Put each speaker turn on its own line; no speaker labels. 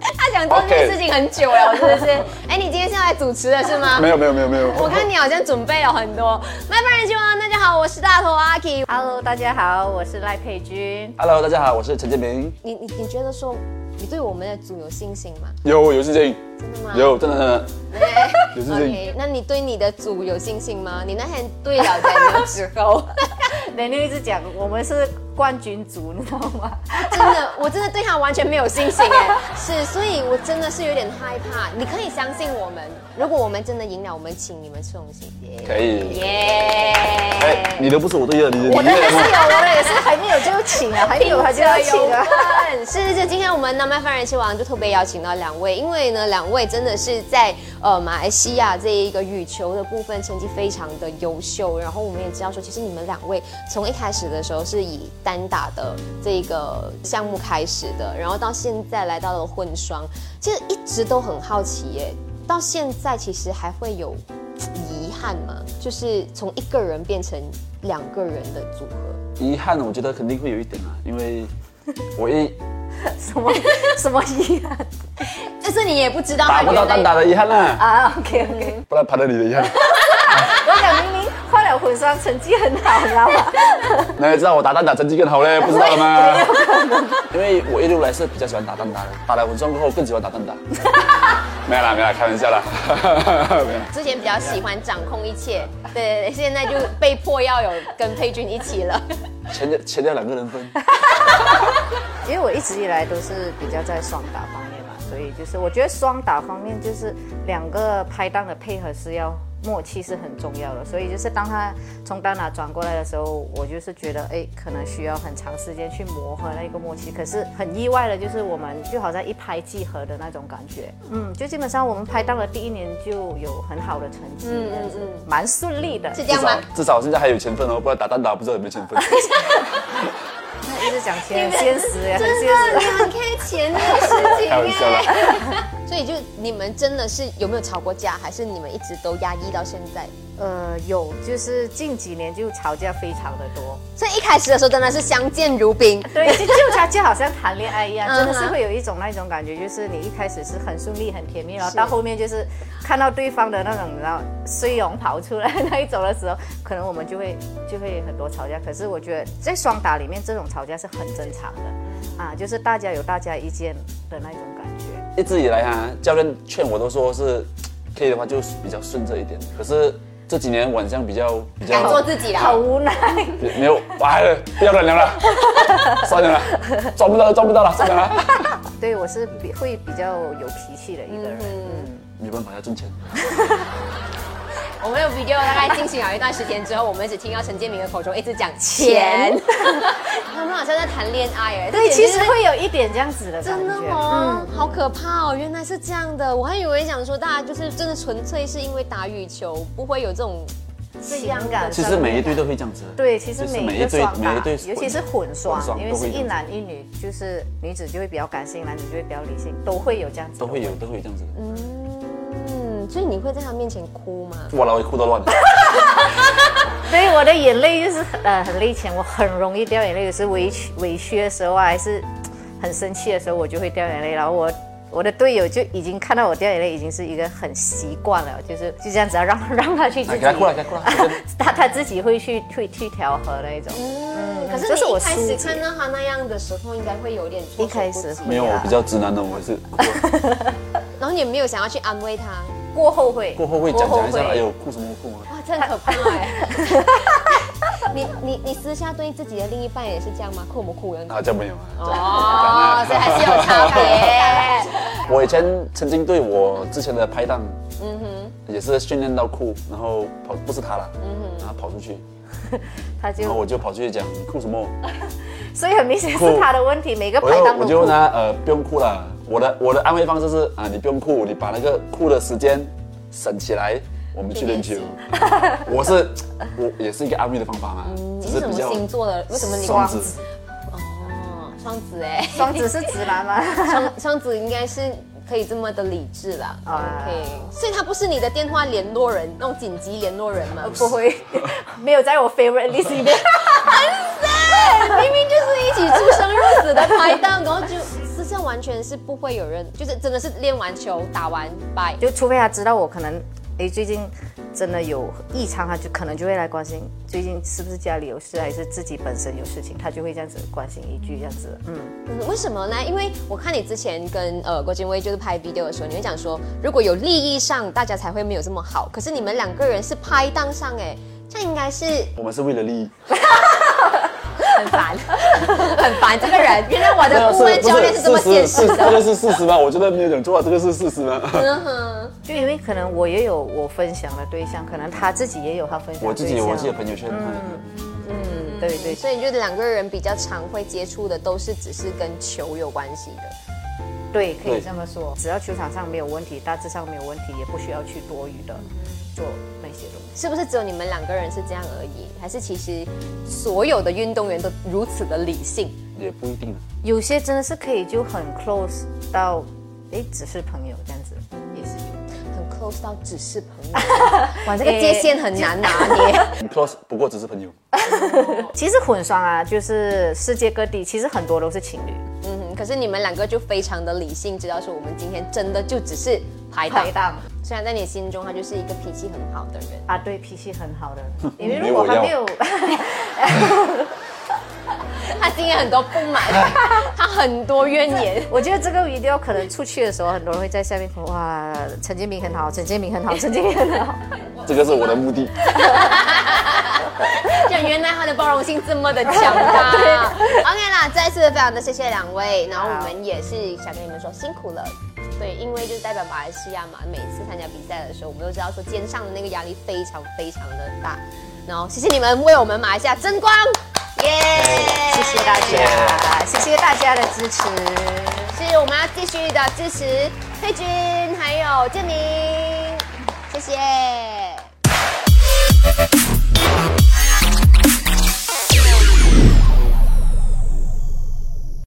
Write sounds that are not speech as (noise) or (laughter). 他想做这件事情很久了，我真的是。哎，你今天是要来主持的是吗？
没有没有没有没有，
我看你好像准备了很多。麦饭人希望大家好，我是大头阿 K。
Hello，大家好，我是赖佩君。
Hello，大家好，我是陈建明。
你你你觉得说，你对我们的组有信心吗？
有有事情，
真的吗？
有真的真的有事情。
OK，那你对你的组有信心吗？你那天对了才之后，
雷妞一直讲我们是冠军组，你知道吗？
(laughs) 真的，我真的对他完全没有信心哎。 (laughs) 是，所以我真的是有点害怕。你可以相信我们，如果我们真的赢了，我们请你们吃东西。
可以。
耶！
哎，你的不是我对的，你的
我
你
的也是
的。
有，我的也是还没有就请啊，还没有还就要请
(laughs)
啊。
哎是是是，今天我们南麦饭人气王就特别邀请到两位，因为呢，两位真的是在呃马来西亚这一个羽球的部分成绩非常的优秀，然后我们也知道说，其实你们两位从一开始的时候是以单打的这个项目开始的，然后到现在来到了混双，其实一直都很好奇耶，到现在其实还会有遗憾吗？就是从一个人变成两个人的组合。
遗憾，我觉得肯定会有一点啊，因为我一
什么什么遗憾
但哎是你也不知道
打
他
不
原
到
来
单打的遗憾 (laughs) 啦，
啊？OK OK，
不然爬到你的遗憾。
我想明明换了混双成绩很好，你知道吗？
那你知道我打单打成绩更好嘞？不知道了 (laughs) 吗？因为我一路来是比较喜欢打单打的，打了混双过后更喜欢打单 (laughs) 打。没有啦，没有啦，开玩笑啦。 (laughs) 没有啦
之前比较喜欢掌控一切，对对对，现在就被迫要有跟佩君一起了。
钱要钱要两个人分。
因为我一直以来都是比较在双打方面嘛，所以就是我觉得双打方面就是两个拍档的配合是要默契是很重要的，所以就是当他从单打转过来的时候，我就是觉得哎，可能需要很长时间去磨合那个默契。可是很意外的就是我们就好像一拍即合的那种感觉，嗯，就基本上我们拍档的第一年就有很好的成绩，这样子蛮顺利的。
(laughs) 是这
至
样吗
少？至少现在还有钱分哦，不然打单打不知道有没有钱分。
那一直讲钱很现实呀，很
真
现实
的，。你很 K 钱这个事情
开玩笑啦
哎。所以就你们真的是有没有吵过架，还是你们一直都压抑到现在？
呃，有，就是近几年就吵架非常的多，
所以一开始的时候真的是相见如宾，
对，就就他就好像谈恋爱一样，真的
嗯
是
哼
会有一种那种感觉，就是你一开始是很顺利、很甜蜜，然后
是
到后面就是看到对方的那种，然后碎容跑出来那一种的时候，可能我们就会就会很多吵架。可是我觉得在双打里面，这种吵架是很正常的，啊，就是大家有大家意见的那种感觉，
一直以来啊，教练劝我都说是，可以的话就比较顺着一点。可是这几年晚上比较比较
敢做自己
好
啦。
无奈。
比没有，哎，不要乱聊
(laughs)
了，算了啦，抓不到了，抓不到了，算了啦。
对我是比会比较有脾气的一个人。
(laughs) 没办法，要挣钱。
我们的 video 大概进行了一段时间之后，我们只听到陈建明的口中一直讲钱， (laughs) 他们好像在谈恋爱哎。
对，
这简
其
直是
实会有一点这样子的感觉。嗯
真的哦，好可怕哦！原来是这样的，我还以为想说大家就是真的纯粹是因为打羽球，不会有这种这样
情
的
(laughs)
感
其实每一队都会这样子。
对，其实
就是
每一个
队
双打
每一队，
尤其是混双，因为
都会
是
有
一男一女，就是女子就会比较感性，男子就会比较理性，都会有这样子的
都会有
问题。
都会有这样子的。
嗯，所以你会在他面前哭吗？
我老会哭得
(laughs)
乱。
所以我的眼泪就是呃很泪前，我很容易掉眼泪，有时委屈委屈的时候啊，还是很生气的时候，我就会掉眼泪。然后我我的队友就已经看到我掉眼泪，已经是一个很习惯了，就是就这样子啊，让 (laughs) 让他去自
来，
己
哎给他哭了，给他哭了。
(laughs) 他他自己会去去去调和那一种。
嗯，可是
这是
你一
我
开
疏
始
解
看到他那样的时候，应该会有点措手
一开
不
始
及
会
没有，我比较直男的，我是哭了
然后你也没有想要去安慰他，啊
过后会
过后会讲讲一下，
过后
哎
会
呦，哭什么哭啊？
哇，真的可怕哎！
(laughs)
你你你私下对自己的另一半也是这样吗？哭不哭人？
啊，这样没有啊。这样啊
哦，所以还是有差
(laughs)
别。
我以前曾经对我之前的拍档，
嗯
也是训练到哭，然后跑不是他了，
嗯
然后跑出去，
他
然后
就，
我就跑出去讲你哭什么，
所以很明显
哭
是他的问题，每个
我
排
就
档都
我就
哭
问他呃不用哭了，我的我的安慰方式是啊你不用哭，你把那个哭的时间省起来，我们去练球。 (laughs) 我是我也是一个安慰的方法嘛，
嗯你
只
是
是
什
比
么
较
星座的？为什么你
双
双
子
子？哦，双子哎。
双子是直男吗？ (laughs)
(laughs) 双双子应该是可以这么的理智啦。
啊
OK，所以他不是你的电话联络人，那种紧急联络人吗？
呃哦不会， (laughs) 没有在我 favorite list 里面。 (laughs)
明明就是一起出生入死的拍档，然后就私这完全是不会有人，就是真的是练完球打完拜。
就除非他知道我可能，诶，最近真的有异常，他就可能就会来关心最近是不是家里有事，还是自己本身有事情，他就会这样子关心一句这样子。嗯，
嗯为什么呢？因为我看你之前跟呃郭金威就是拍 video 的时候，你会讲说，如果有利益上，大家才会没有这么好。可是你们两个人是拍档上哎，这应该是
我们是为了利益。
(laughs) 很烦，很烦这个人。原来我
对 (laughs) 啊
的顾问教练是这么现实
事实 (laughs) 这
的。
个是事实吗？我觉得没有讲错啊，这个是事实吗？
嗯哼，
就因为可能我也有我分享的对象，可能他自己也有他分享的
我自己
对
有
象
我自己的朋友圈，哎
嗯，对对，
所以你觉得两个人比较常会接触的都是只是跟球有关系的。
对，可
对
以这么说。只要球场上没有问题，大致上没有问题，也不需要去多余的做那些东西。
是不是只有你们两个人是这样而已？还是其实所有的运动员都如此的理性？
也不一定啊。
有些真的是可以就很 close 到，诶，只是朋友这样子，也是有。
很 close 到只是朋友， (laughs) 哎哇，这个界限很难拿捏。
很 close，不过只是朋友。
其实混双啊，就是世界各地，其实很多都是情侣
(laughs) 嗯哼，可是你们两个就非常的理性，知道说我们今天真的就只是排档。
档
虽然在你心中他就是一个脾气很好的人，
啊，对，脾气很
(laughs)
好的，因为
没
如果
我
还
要
没有， (laughs)
他今天很多不满， (laughs) 他很多怨言。
我觉得这个 video 可能出去的时候，很多人会在下面说哇，陈建明很好，陈建明很好，陈建明很好。
这个是我的目的。
就原来他的包容性这么的强大。OK 啦，再次非常的谢谢两位，然后我们也是想跟你们说辛苦了。对，因为就是代表马来西亚嘛，每次参加比赛的时候，我们都知道说肩上的那个压力非常非常的大。然后谢谢你们为我们马来西亚争光，耶、
谢谢大家，谢谢大家的支持。
是我们要继续的支持佩君还有建明，谢谢。